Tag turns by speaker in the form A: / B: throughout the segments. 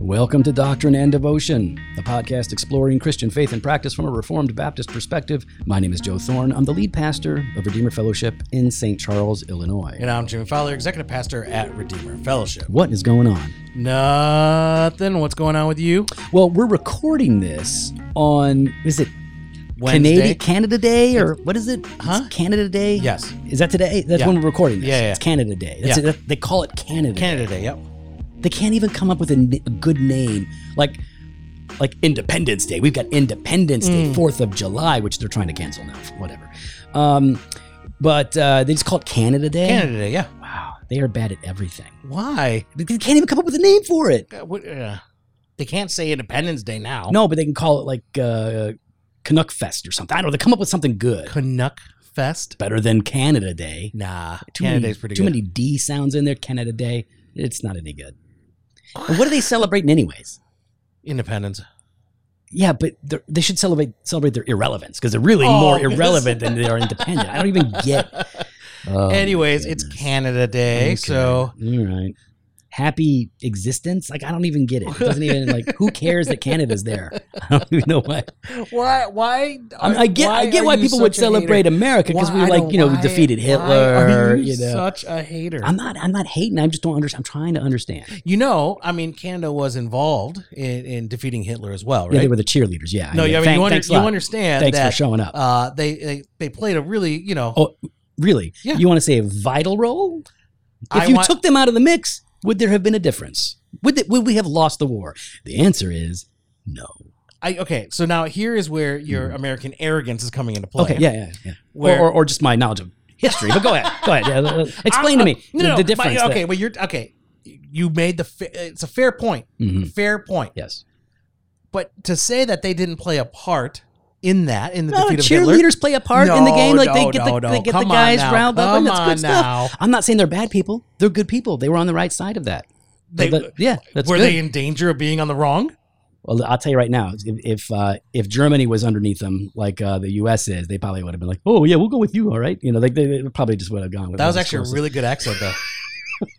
A: Welcome to Doctrine and Devotion, the podcast exploring Christian faith and practice from a Reformed Baptist perspective. My name is Joe Thorne. I'm the lead pastor of Redeemer Fellowship in St. Charles, Illinois.
B: And I'm Jimmy Fowler, Executive Pastor at Redeemer Fellowship.
A: What is going on?
B: Nothing. What's going on with you?
A: Well, we're recording this on, is it
B: Wednesday?
A: Canada, Canada Day or what is it? It's
B: Huh?
A: Canada Day?
B: Yes.
A: Is that today? That's
B: Yeah.
A: when we're recording this.
B: Yeah, yeah.
A: It's Canada Day. That's
B: Yeah.
A: it. They call it Canada.
B: Canada Day, yep.
A: They can't even come up with a, n- a good name like like Independence Day. We've got Independence Day,
B: Mm.
A: Fourth of July, which they're trying to cancel now. Whatever. Um, but uh, they just call it Canada Day.
B: Canada Day, yeah.
A: Wow, they are bad at everything.
B: Why?
A: They they can't even come up with a name for it.
B: Uh, what, uh, they can't say Independence Day now.
A: No, but they can call it like uh, Canuck Fest or something. I don't know. They come up with something good,
B: Canuck Fest?
A: better than Canada Day.
B: Nah.
A: Too
B: Canada
A: many,
B: Day's pretty
A: too
B: good.
A: many D sounds in there. Canada Day. It's not any good. And what are they celebrating anyways?
B: Independence.
A: Yeah, but they're- they should celebrate celebrate their irrelevance because they're really more
B: Oh, yes.
A: irrelevant than they are independent. I don't even get. Oh, my
B: Anyways, it's
A: goodness.
B: Canada Day,
A: Okay.
B: so
A: all right, happy existence. Like I don't even get it. It doesn't even like who cares that Canada's there? I don't even know why.
B: why? Why?
A: I, mean, I get I get why people would celebrate America because we like you know defeated Hitler. You, know,
B: such a hater.
A: I'm not I'm not hating. I just don't understand. I'm trying to understand.
B: You know, I mean, Canada was involved in, in defeating Hitler as well,
A: Yeah, they
B: right?
A: were the cheerleaders. Yeah,
B: no,
A: I mean,
B: yeah, I mean,
A: thank-
B: you, under,
A: thanks a
B: you
A: lot.
B: understand
A: Thanks
B: that
A: for showing up.
B: uh, they, they they played a really, you know,
A: Oh, Really?
B: Yeah.
A: You want to say a vital role? If
B: I
A: you
B: want-
A: took them out of the mix, would there have been a difference? Would, th- would we have lost the war? The answer is no.
B: I okay. So now here is where your American arrogance is coming into play.
A: Mm-hmm. Okay, yeah, yeah, yeah.
B: Where-
A: or, or, or just my knowledge of history. But go ahead, go ahead. Yeah, uh, explain to
B: I'm-
A: me
B: no,
A: the,
B: no,
A: the
B: but-
A: difference. that-
B: okay, well, you're okay. You made the. Fa- it's a fair point.
A: Mhm,
B: Fair point.
A: Yes.
B: But to say that they didn't play a part in that in the
A: No,
B: defeat of Hitler.
A: Uh, cheerleaders play a part in the
B: No,
A: game. Like they
B: no,
A: get
B: no,
A: the,
B: no.
A: they get the
B: Come on
A: guys
B: now.
A: riled up.
B: Come
A: and that's good
B: on
A: stuff.
B: now.
A: I'm not saying they're bad people. They're good people. They were on the right side of that.
B: They-
A: But- yeah, that's
B: were
A: good.
B: they in danger of being on the wrong?
A: Well, I'll tell you right now, if if, uh, if Germany was underneath them like uh, the U.S. is, they probably would have been like, "Oh yeah, we'll go with you, all right." You know, like they, they probably just would have gone with
B: That was
A: whoever's
B: actually
A: closest.
B: a really good accent, though.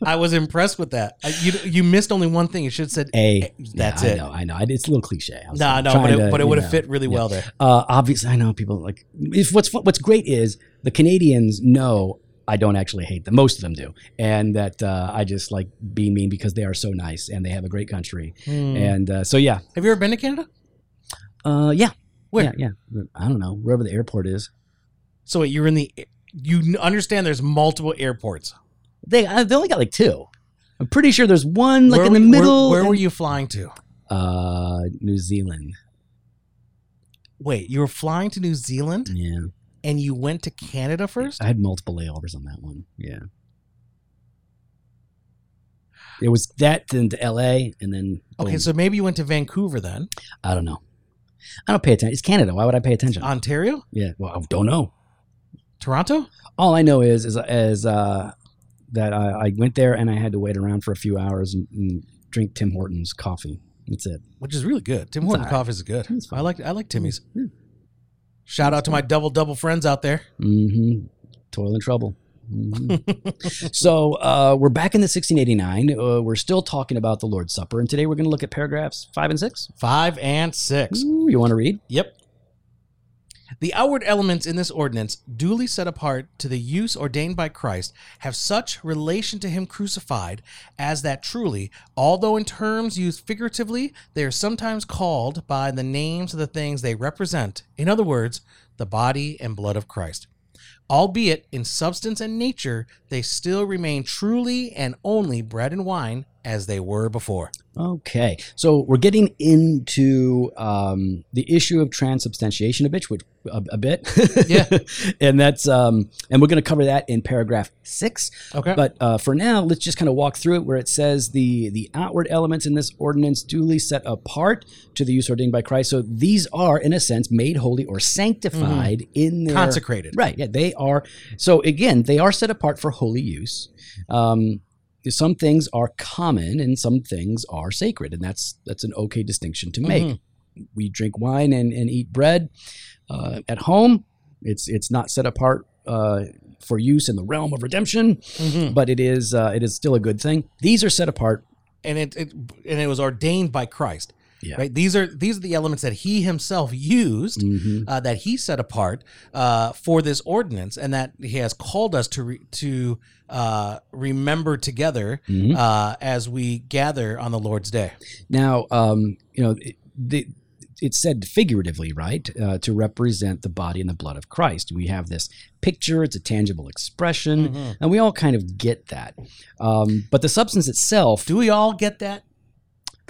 B: I was impressed with that. I, you you missed only one thing. You should have said
A: a.
B: That's
A: yeah,
B: it.
A: I know, I know. I- It's a little cliche. I was
B: No, no, but
A: trying
B: it,
A: to,
B: but it
A: you
B: would
A: know.
B: have fit really well there.
A: Uh, obviously, I know people like. If what's fu- what's great is the Canadians know I don't actually hate them. Most of them do, and that uh, I just like being mean because they are so nice and they have a great country.
B: Hmm.
A: And uh, so yeah,
B: Have you ever been to Canada?
A: uh, yeah,
B: Where?
A: yeah, yeah. I don't know wherever the airport is.
B: So wait, you're in the you n- understand there's multiple airports.
A: They uh, they only got like two. I'm pretty sure there's one like
B: Where
A: in the
B: were- where-
A: middle.
B: Where,
A: and-
B: were you flying to?
A: Uh, New Zealand.
B: Wait, you were flying to New Zealand
A: Yeah,
B: and you went to Canada first?
A: I had multiple layovers on that one. Yeah, it was that then to L.A. and then boom.
B: Okay, so maybe you went to Vancouver then.
A: I don't know. I don't pay attention. It's Canada. Why would I pay attention?
B: Uh, Ontario?
A: yeah, well, I don't know.
B: Toronto?
A: All I know is is, is uh, that I, I went there and I had to wait around for a few hours and, and drink Tim Hortons coffee. That's it.
B: Which is really good. Tim
A: It's
B: Hortons
A: all right.
B: coffee is good.
A: It's fine. Hmm.
B: I like I like Timmy's.
A: Yeah.
B: Shout out to my double double friends out there.
A: Mm-hmm. Toil and trouble. Mhm. so uh, we're back in the 1689. Uh, we're still talking about the Lord's Supper, and today we're going to look at paragraphs five and six.
B: Five and six.
A: Ooh, you want to read?
B: Yep. The outward elements in this ordinance, duly set apart to the use ordained by Christ, have such relation to him crucified as that truly, although in terms used figuratively, they are sometimes called by the names of the things they represent, in other words, the body and blood of Christ. Albeit in substance and nature, they still remain truly and only bread and wine as they were before.
A: Okay, so we're getting into um, the issue of transubstantiation a bit, which a, a bit,
B: Yeah.
A: and that's um, and we're going to cover that in paragraph six.
B: Okay.
A: But uh, for now, let's just kind of walk through it where it says the the outward elements in this ordinance duly set apart to the use ordained by Christ. So these are, in a sense, made holy or sanctified in their
B: Consecrated.
A: Right. Yeah, they are. So again, they are set apart for holy use. Um, some things are common and some things are sacred, and that's that's an okay distinction to make.
B: Mhm.
A: We drink wine and, and eat bread uh, at home. It's it's not set apart uh, for use in the realm of redemption,
B: Mhm.
A: but it is uh, it is still a good thing. These are set apart
B: and it, it and it was ordained by Christ.
A: Yeah.
B: Right. These are these are the elements that he himself used
A: hmm
B: uh, that he set apart uh, for this ordinance, and that he has called us to re- to uh, remember together
A: Mhm.
B: uh, as we gather on the Lord's day.
A: Now, um, you know, it, the, it's said figuratively, right, uh, to represent the body and the blood of Christ. We have this picture; it's a tangible expression,
B: Mm-hmm.
A: and we all kind of get that. Um, but the substance itself,
B: Do we all get that?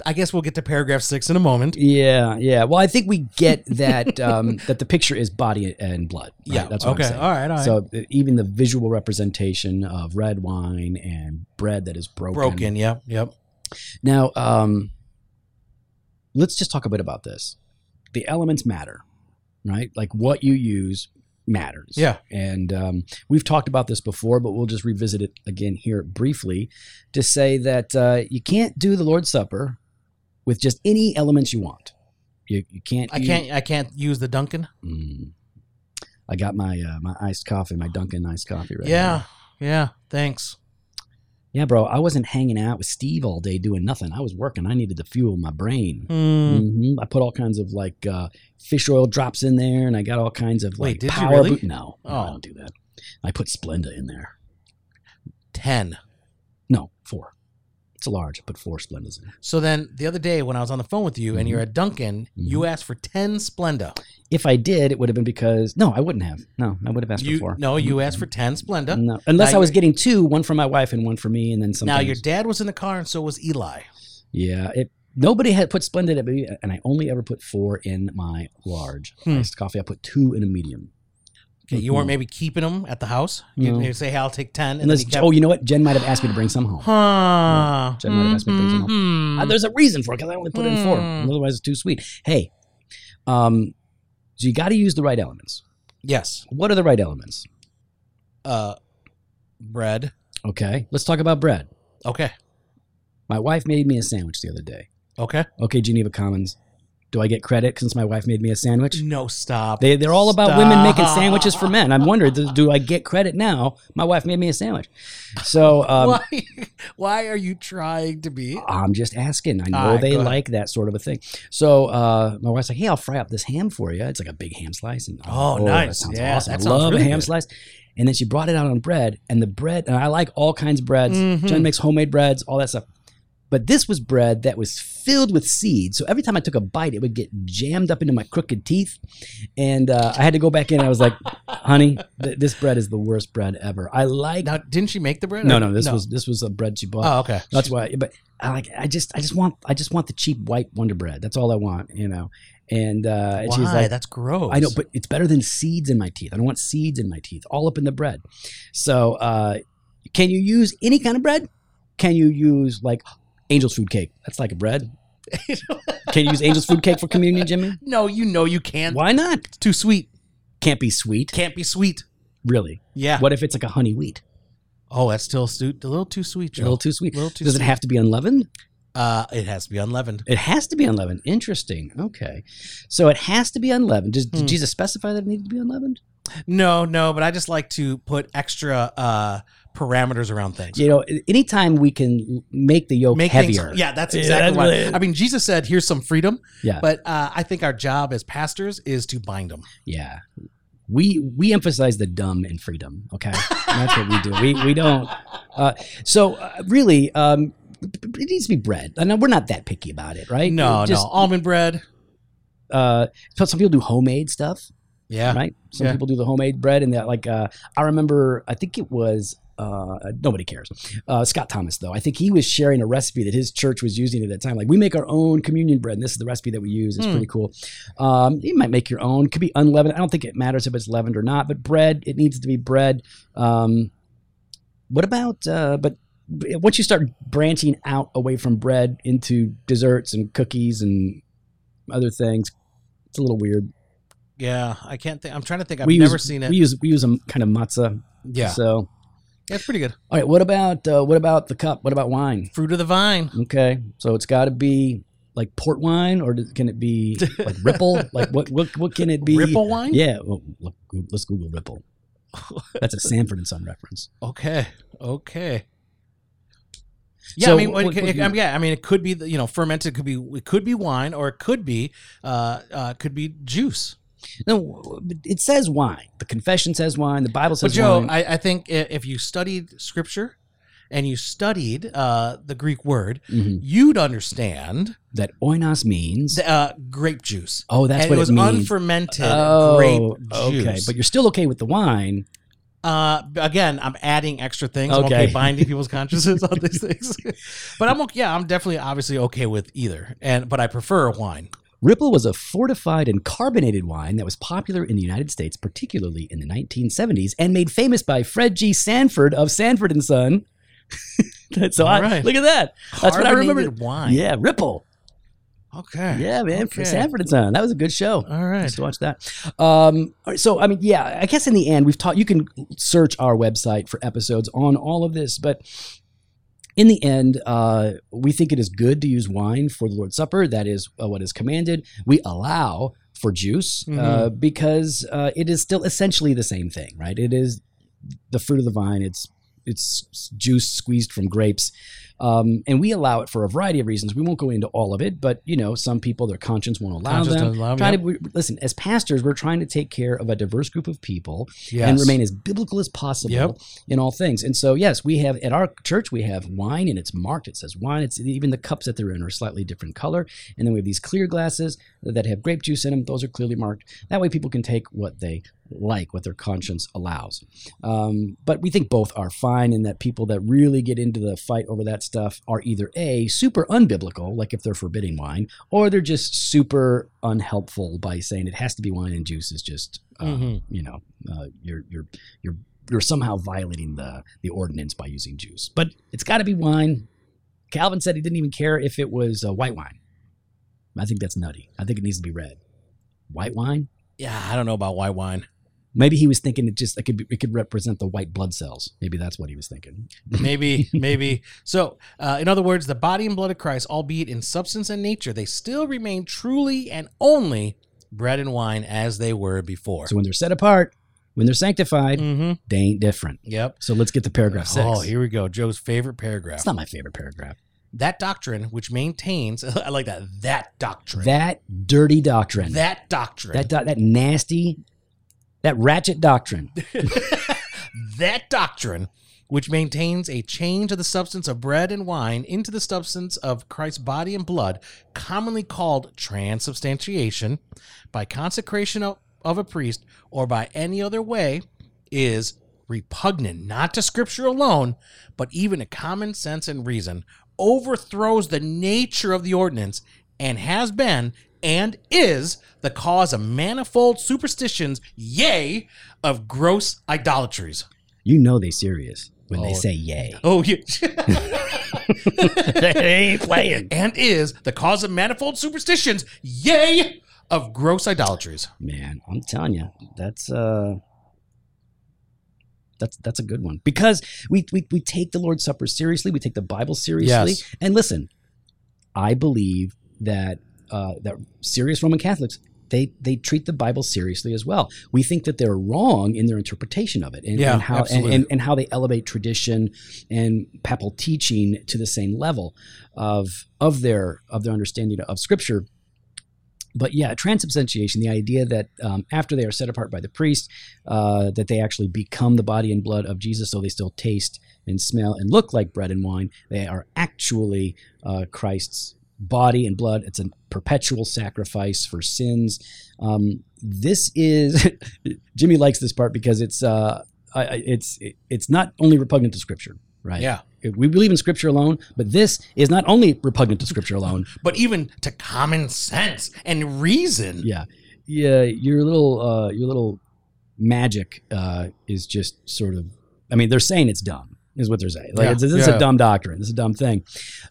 B: I guess we'll get to paragraph six in a moment.
A: yeah, yeah. Well, I think we get that um, that the picture is body and blood. right?
B: Yeah.
A: that's what
B: okay.
A: I'm saying.
B: all right. All right.
A: So uh, even the visual representation of red wine and bread that is broken.
B: Broken. Yep. Yep.
A: Now, um, let's just talk a bit about this. The elements matter, right? Like what you use matters.
B: Yeah.
A: And um, we've talked about this before, but we'll just revisit it again here briefly to say that uh, you can't do the Lord's Supper with just any elements you want. You, you can't.
B: I
A: use-
B: can't. I can't use the Duncan.
A: Mm. I got my uh, my iced coffee, my Dunkin' iced coffee right
B: yeah.
A: now.
B: Yeah. Thanks.
A: Yeah, bro. I wasn't hanging out with Steve all day doing nothing. I was working. I needed to fuel my brain.
B: Hmm.
A: hmm I put all kinds of like uh, fish oil drops in there, and I got all kinds of
B: Wait,
A: like
B: did you
A: power.
B: really?
A: boot- no, no, I
B: Oh.
A: don't do that. I put Splenda in there.
B: Ten.
A: No, four. It's a large. I put four Splendas in. there.
B: So then the other day when I was on the phone with you and
A: Mhm.
B: you're at Duncan, you asked for ten Splenda.
A: If I did, it would have been because no, I wouldn't have. No, I would have asked
B: You
A: for four. Mm-hmm.
B: no, you asked for ten Splenda.
A: No, unless
B: Now
A: I was
B: you're-
A: getting two, one for my wife and one for me, and then something.
B: Now your dad was in the car and so was Eli.
A: yeah. It nobody had put Splenda in me, and I only ever put four in my large
B: Hmm.
A: iced coffee. I put two in a medium.
B: Okay, you weren't
A: Mhm.
B: maybe keeping them at the house. You,
A: No.
B: you say, "Hey, I'll take 10. and then
A: Unless
B: you kept,
A: oh, you know what? Jen might have asked me to bring some home.
B: huh.
A: Jen might have asked me to bring some home.
B: Mhm.
A: Uh, there's a reason for it because I only put in four.
B: Hmm.
A: Otherwise, it's too sweet. Hey, um, so you got to use the right elements.
B: yes,
A: What are the right elements?
B: uh, bread.
A: Okay, let's talk about bread.
B: Okay,
A: My wife made me a sandwich the other day.
B: okay.
A: Okay, Geneva Commons. Do I get credit since my wife made me a sandwich?
B: No, stop.
A: They, they're all about women making
B: Stop.
A: sandwiches for men. I'm wondering, do, do I get credit now? My wife made me a sandwich. So um,
B: why? Why are you trying to be?
A: I'm just asking. I know
B: All right,
A: they
B: go ahead.
A: like that sort of a thing. So uh, my wife's like, "Hey, I'll fry up this ham for you. It's like a big ham slice." And
B: Oh,
A: that
B: nice.
A: sounds
B: Yeah,
A: awesome.
B: that
A: I
B: sounds
A: love a
B: really
A: ham
B: good.
A: slice. And then she brought it out on bread, and the bread. And I like all kinds of breads.
B: Mhm.
A: Jen makes homemade breads, all that stuff. But this was bread that was filled with seed. So every time I took a bite, it would get jammed up into my crooked teeth. And uh, I had to go back in. And I was like, honey, th- this bread is the worst bread ever. I like.
B: Now, didn't she make the bread?
A: No,
B: Or-
A: no, this was this was a bread she bought.
B: Oh, okay.
A: That's why. But I like. I just. I just want. I just want the cheap white Wonder Bread. That's all I want. You know. And, uh, and
B: Why?
A: she's like,
B: That's gross.
A: I know, but it's better than seeds in my teeth. I don't want seeds in my teeth, all up in the bread. So, uh, can you use any kind of bread? Can you use like angel's food cake? That's like a bread. can you use angel's food cake for communion, Jimmy?
B: no, you know you can't.
A: Why not?
B: It's too sweet.
A: Can't be sweet,
B: Can't be sweet.
A: really.
B: Yeah.
A: What if it's like a honey wheat?
B: Oh, that's still stu- a little too sweet,
A: A
B: Joe.
A: little too sweet.
B: little too
A: Does it have to be unleavened?
B: Uh, it has to be unleavened.
A: It has to be unleavened. Interesting. Okay. So it has to be unleavened. Does, Did
B: Hmm.
A: Jesus specify that it needed to be unleavened?
B: No, no, but I just like to put extra uh, parameters around things.
A: You know, a- anytime we can make the yoke
B: Make things-
A: heavier.
B: yeah, that's
A: Yeah,
B: exactly
A: that's
B: why.
A: what it is.
B: I mean, Jesus said, "Here's some freedom."
A: Yeah.
B: But uh, I think our job as pastors is to bind them.
A: Yeah. We we emphasize the dumb and freedom. Okay. That's what we do. We, we don't. Uh, so uh, really, um, it needs to be bread. I know we're not that picky about it, right?
B: no,
A: It just,
B: no, almond bread.
A: Uh, so some people do homemade stuff.
B: Yeah.
A: right? Some
B: Yeah.
A: people do the homemade bread, and that like uh, I remember, I think it was uh, nobody cares. Uh, Scott Thomas, though, I think he was sharing a recipe that his church was using at that time. Like we make our own communion bread, and this is the recipe that we use. It's
B: Hmm.
A: pretty cool. Um, you might make your own. Could be unleavened. I don't think it matters if it's leavened or not. But bread, it needs to be bread. Um, what about? Uh, but b- once you start branching out away from bread into desserts and cookies and other things, it's a little weird.
B: Yeah, I can't think. I'm trying to think. I've
A: We
B: never
A: use-
B: seen it.
A: We use we use a kind of matzah.
B: yeah.
A: So,
B: That's pretty good.
A: all right. What about uh, what about the cup? What about wine?
B: Fruit of the vine.
A: Okay, so it's got to be like port wine, or does- can it be like Ripple? like what what what can it be?
B: Ripple wine.
A: Yeah. Well, look, Goo- let's Google Ripple. That's a Sanford and Son reference.
B: Okay. Okay. Yeah,
A: So
B: I mean,
A: what-
B: it could-
A: what-
B: it- I mean, yeah, I mean, it could be the- you know fermented. Could be it could be wine, or it could be uh, uh could be juice.
A: No, but it says wine. The confession says wine. The Bible
B: But
A: says
B: Joe,
A: wine.
B: I, I think i- if you studied scripture and you studied uh the Greek word,
A: Mhm.
B: you'd understand
A: That oinos means.
B: the, uh, grape juice.
A: oh, that's
B: And
A: what
B: it was
A: means.
B: unfermented
A: oh,
B: grape juice.
A: okay. But you're still okay with the wine.
B: Uh, b- again, I'm adding extra things. I'm
A: Okay.
B: okay binding people's consciences on these things. but I'm okay. Yeah, I'm definitely obviously okay with either. And but I prefer wine.
A: Ripple was a fortified and carbonated wine that was popular in the United States, particularly in the 1970s, and made famous by Fred G. Sanford of Sanford and Son. so
B: All
A: I,
B: right.
A: look at that. That's what I remember.
B: Carbonated Wine.
A: Yeah, Ripple.
B: Okay.
A: Yeah, man.
B: Okay.
A: Sanford and Son. That was a good show.
B: All right.
A: Just watch that. Um, all right, so I mean, yeah, I guess in the end, we've taught you can search our website for episodes on all of this, but in the end, uh, we think it is good to use wine for the Lord's Supper. That is uh, what is commanded. We allow for juice uh, because uh, it is still essentially the same thing, right? It is the fruit of the vine. It's it's juice squeezed from grapes, um, and we allow it for a variety of reasons. We won't go into all of it, but you know, some people their conscience won't allow
B: Conscious
A: them
B: doesn't allow me.
A: trying to we, listen as pastors we're trying to take care of a diverse group of people
B: Yes.
A: and remain as biblical as possible
B: Yep.
A: in all things and so yes we have at our church we have wine and it's marked it says wine it's even the cups that they're in are slightly different color and then we have these clear glasses that have grape juice in them those are clearly marked that way people can take what they like what their conscience allows um, but we think both are fine in that people that really get into the fight over that stuff are either a super unbiblical like if they're forbidding wine or they're just super unhelpful by saying it has to be wine and juice is just uh,
B: Mhm.
A: you know uh, you're you're you're you're somehow violating the the ordinance by using juice but it's got to be wine calvin said he didn't even care if it was uh, white wine i think that's nutty i think it needs to be red white wine
B: Yeah, I don't know about white wine.
A: maybe he was thinking it just it could be, it could represent the white blood cells maybe that's what he was thinking
B: Maybe, maybe. So, uh, in other words, the body and blood of Christ, albeit in substance and nature, they still remain truly and only bread and wine as they were before.
A: so when they're set apart when they're sanctified
B: Mm-hmm.
A: they ain't different
B: Yep.
A: so let's get to paragraph six
B: Oh, here we go. Joe's favorite paragraph.
A: it's not my favorite paragraph
B: that doctrine which maintains I like that that doctrine
A: that dirty doctrine
B: that doctrine
A: That do- that nasty, that ratchet doctrine.
B: that doctrine which maintains a change of the substance of bread and wine into the substance of Christ's body and blood, commonly called transubstantiation, by consecration of, of a priest or by any other way, is repugnant not to Scripture alone, but even to common sense and reason, overthrows the nature of the ordinance, and has been and is the cause of manifold superstitions, yea, of gross idolatries.
A: You know they serious when
B: Oh.
A: they say yay.
B: Oh, yeah.
A: they ain't playing.
B: and is the cause of manifold superstitions, yea, of gross idolatries.
A: Man, I'm telling you, that's uh that's that's a good one. Because we we, we take the Lord's Supper seriously, we take the Bible seriously.
B: Yes.
A: And listen, I believe that uh, that serious Roman Catholics they they treat the Bible seriously as well. We think that they're wrong in their interpretation of it and,
B: Yeah,
A: and how and,
B: absolutely.
A: and, and how they elevate tradition and papal teaching to the same level of of their of their understanding of Scripture. But yeah, transubstantiation, the idea that um, after they are set apart by the priest, uh, that they actually become the body and blood of Jesus, so they still taste and smell and look like bread and wine. They are actually uh, Christ's body and blood. It's a perpetual sacrifice for sins. Um, this is Jimmy likes this part because it's uh, I, I- it's it's not only repugnant to Scripture, right?
B: Yeah.
A: We believe in Scripture alone, but this is not only repugnant to Scripture alone.
B: But even to common sense and reason.
A: Yeah, yeah. Your little uh, your little magic uh, is just sort of. I mean, they're saying it's dumb, is what they're saying. Like,
B: Yeah,
A: it's, this is
B: yeah.
A: a dumb doctrine. This is a dumb thing.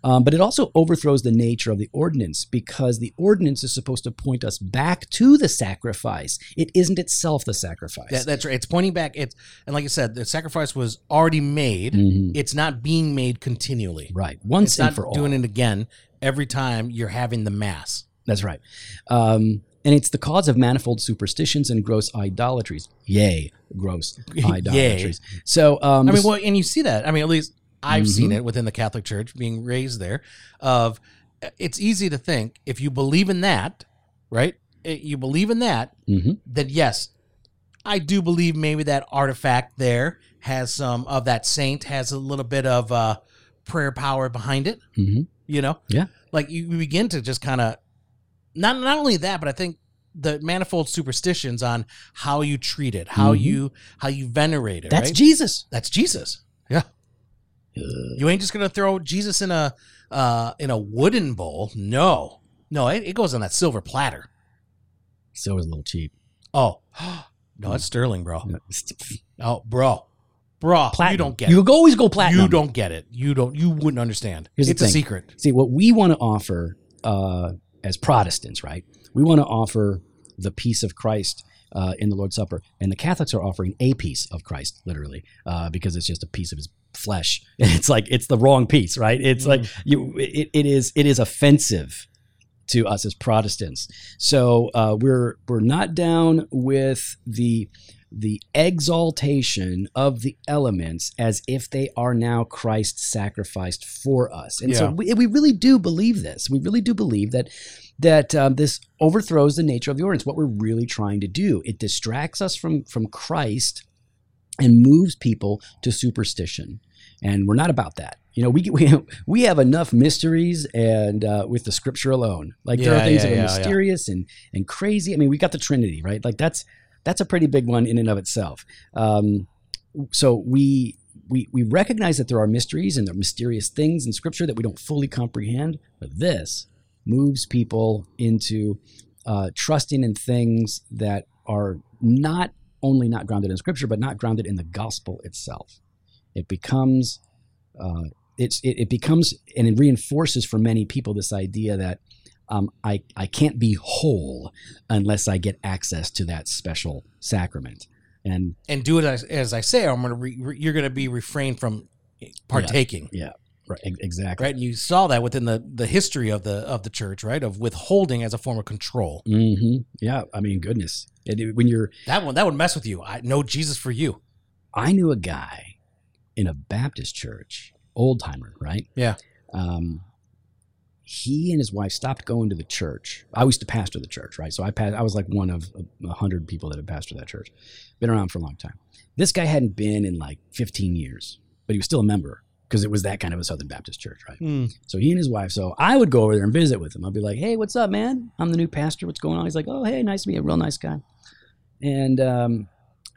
A: Um, but it also overthrows the nature of the ordinance because the ordinance is supposed to point us back to the sacrifice. It isn't itself the sacrifice.
B: That- that's right. It's pointing back. It's and like I said, the sacrifice was already made.
A: Mhm.
B: It's not being made continually.
A: Right.
B: It's
A: Once
B: not
A: and for all.
B: doing it again every time you're having the mass.
A: That's right. Um, and it's the cause of manifold superstitions and gross idolatries. Yay, gross
B: Yay.
A: idolatries. So, um,
B: I mean, well, and you see that. I mean, at least I've seen
A: Mhm.
B: it within the Catholic Church, being raised there, of uh, it's easy to think if you believe in that, right? It, you believe in that,
A: hmm
B: that yes, I do believe maybe that artifact there has some of that saint has a little bit of uh, prayer power behind it.
A: hmm
B: You know,
A: Yeah.
B: like you, you begin to just kind of not not only that, but I think the manifold superstitions on how you treat it, how
A: Mhm.
B: you how you venerate it.
A: That's
B: right?
A: Jesus.
B: that's Jesus. Yeah, you ain't just gonna throw Jesus in a uh, in a wooden bowl. No, no, it, it goes on that silver platter.
A: So it was a little cheap.
B: Oh, no, it's sterling, bro. Oh, bro, bro, you don't get
A: You
B: it.
A: could always go platinum.
B: You don't get it. You don't. You wouldn't understand.
A: Here's the
B: it's a
A: thing.
B: secret.
A: See, what we want to offer uh, as Protestants, right? We want to offer the peace of Christ uh, in the Lord's Supper. And the Catholics are offering a piece of Christ, literally, uh, because it's just a piece of his flesh. It's like, it's the wrong piece, right? It's
B: Mm.
A: like, you, it, it, is, it is offensive to us as Protestants. So uh, we're, we're not down with the, the exaltation of the elements as if they are now Christ sacrificed for us. And so we,
B: Yeah.
A: we really do believe this. We really do believe that that um, this overthrows the nature of the ordinance. What we're really trying to do, it distracts us from from Christ and moves people to superstition. And we're not about that. You know, we get- we we have enough mysteries and uh, with the scripture alone. Like there
B: Yeah,
A: are things
B: yeah,
A: that are
B: yeah, yeah.
A: mysterious and and crazy. I mean, we got the Trinity, right? Like that's that's a pretty big one in and of itself. Um, so we we we recognize that there are mysteries and there are mysterious things in scripture that we don't fully comprehend. But this moves people into uh, trusting in things that are not only not grounded in scripture, but not grounded in the gospel itself. It becomes uh, it's it, it becomes and it reinforces for many people this idea that um, I I can't be whole unless I get access to that special sacrament. And
B: And do it as, as I say. Or I'm gonna. Re, re- you're gonna be refrained from partaking.
A: right, ex- exactly.
B: Right. And you saw that within the the history of the of the church. Right. Of withholding as a form of control.
A: hmm Yeah. I mean, goodness. And it- when you're,
B: That one. That would mess with you. I no Jesus for you.
A: I knew a guy in a Baptist church, old timer, right?
B: Yeah.
A: Um, he and his wife stopped going to the church. I used to pastor the church, right? So I passed, I was like one of a hundred people that had pastored that church. Been around for a long time. This guy hadn't been in like 15 years, but he was still a member because it was that kind of a Southern Baptist church, right? So he and his wife. So I would go over there and visit with him. I'd be like, "Hey, what's up, man? I'm the new pastor. What's going on?" He's like, "Oh, hey, nice to meet you. Real nice guy." And, um,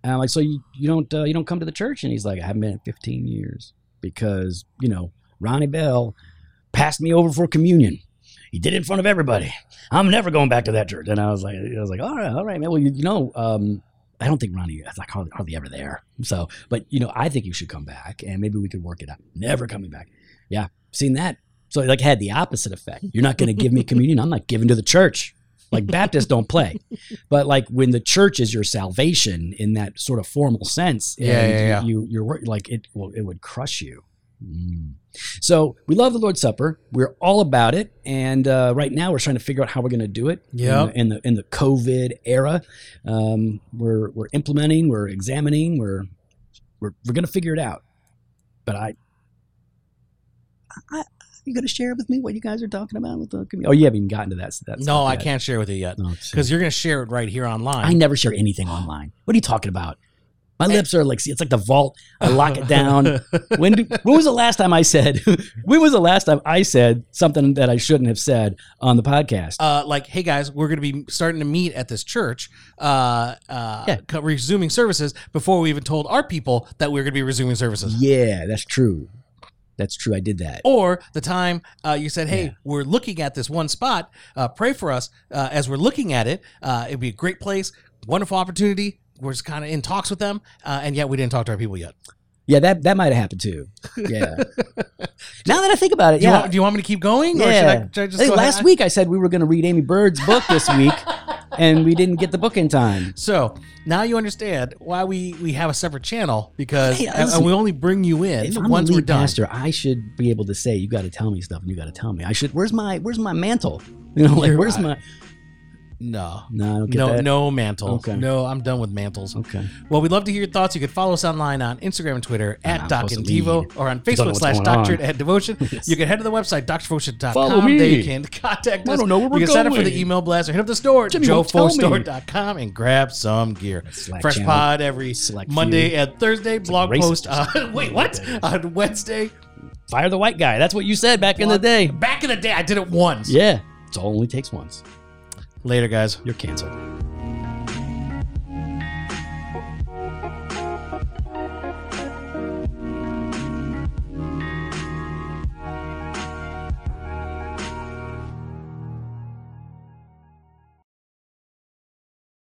A: and I'm like, "So you, you don't uh, you don't come to the church?" And he's like, "I haven't been in 15 years because you know Ronnie Bell passed me over for communion. He did it in front of everybody. I'm never going back to that church." And I was like, "I was like, all right, all right, man. Well, you, you know." Um, I don't think Ronnie is like hardly, hardly ever there. So, but you know, I think you should come back and maybe we could work it out. Never coming back. Yeah. Seen that so it like had the opposite effect. You're not going to give me communion. I'm not giving to the church. Like Baptists don't play, but like when the church is your salvation in that sort of formal sense, and
B: Yeah, yeah, yeah.
A: you you're wor- like it well, it would crush you. Mm. So we love the Lord's Supper. We're all about it, and uh, right now we're trying to figure out how we're going to do it. in
B: Yeah.
A: the- in the in the COVID era, um, we're we're implementing, we're examining, we're we're we're going to figure it out. But I you going to share with me what you guys are talking about with the community? Oh, you haven't even gotten to that. that
B: No, I can't share with you yet
A: Because
B: because you're gonna share it right here online.
A: I never share anything online. What are you talking about? My
B: Eh.
A: lips are like, see, it's like the vault. I lock it down. When, do, when was the last time I said, when was the last time I said something that I shouldn't have said on the podcast?
B: uh, like, hey guys, we're going to be starting to meet at this church, uh, uh,
A: Yeah.
B: co- resuming services before we even told our people that we are going to be resuming services.
A: yeah, that's true. That's true. I did that.
B: Or the time uh, you said, hey,
A: Yeah.
B: we're looking at this one spot, uh, pray for us uh, as we're looking at it. Uh, it'd be a great place, wonderful opportunity. We're just kind of in talks with them, uh, and yet we didn't talk to our people yet.
A: Yeah, that, that might have happened too. Yeah. now that I think about it,
B: Do, you,
A: yeah.
B: want, do you want me to keep going? Or should I,
A: Yeah.
B: should I just
A: Hey,
B: go ahead?
A: last week I said we were going to read Amy Bird's book this week, and we didn't get the book in time.
B: So now you understand why we, we have a separate channel because
A: Hey,
B: and- and
A: listen,
B: we only bring you in
A: if I'm
B: once
A: the
B: we're
A: lead
B: done.
A: pastor, I should be able to say, "You got to tell me stuff, and you got to tell me." I should. Where's my Where's my mantle? You know, like
B: You're
A: where's
B: right.
A: my
B: No.
A: No, I don't get
B: No,
A: that.
B: no mantle.
A: Okay.
B: No, I'm done with mantles.
A: Okay.
B: Well, we'd love to hear your thoughts. You could follow us online on Instagram and Twitter
A: I'm
B: at
A: not
B: Doc and
A: supposed to
B: Devo
A: lead.
B: or on
A: You don't know
B: Facebook
A: what's
B: slash
A: going on.
B: Doctorate at Devotion.
A: Yes.
B: You can head to the website, doctordevotion.com.
A: Follow me.
B: There you can contact
A: I
B: us.
A: don't know where we're
B: You can sign up for the
A: going.
B: email blast or hit up the store,
A: Jimmy won't tell me.
B: joe4store.com, and grab some gear.
A: Slack
B: Fresh
A: channel.
B: pod every
A: Select
B: Monday
A: few.
B: and Thursday. blog
A: racist
B: post
A: or
B: on, wait, what? On Wednesday.
A: Fire the white guy. That's what you said back in the day.
B: Back in the day, I did it once.
A: Yeah. It only takes once.
B: Later, guys.
A: You're canceled.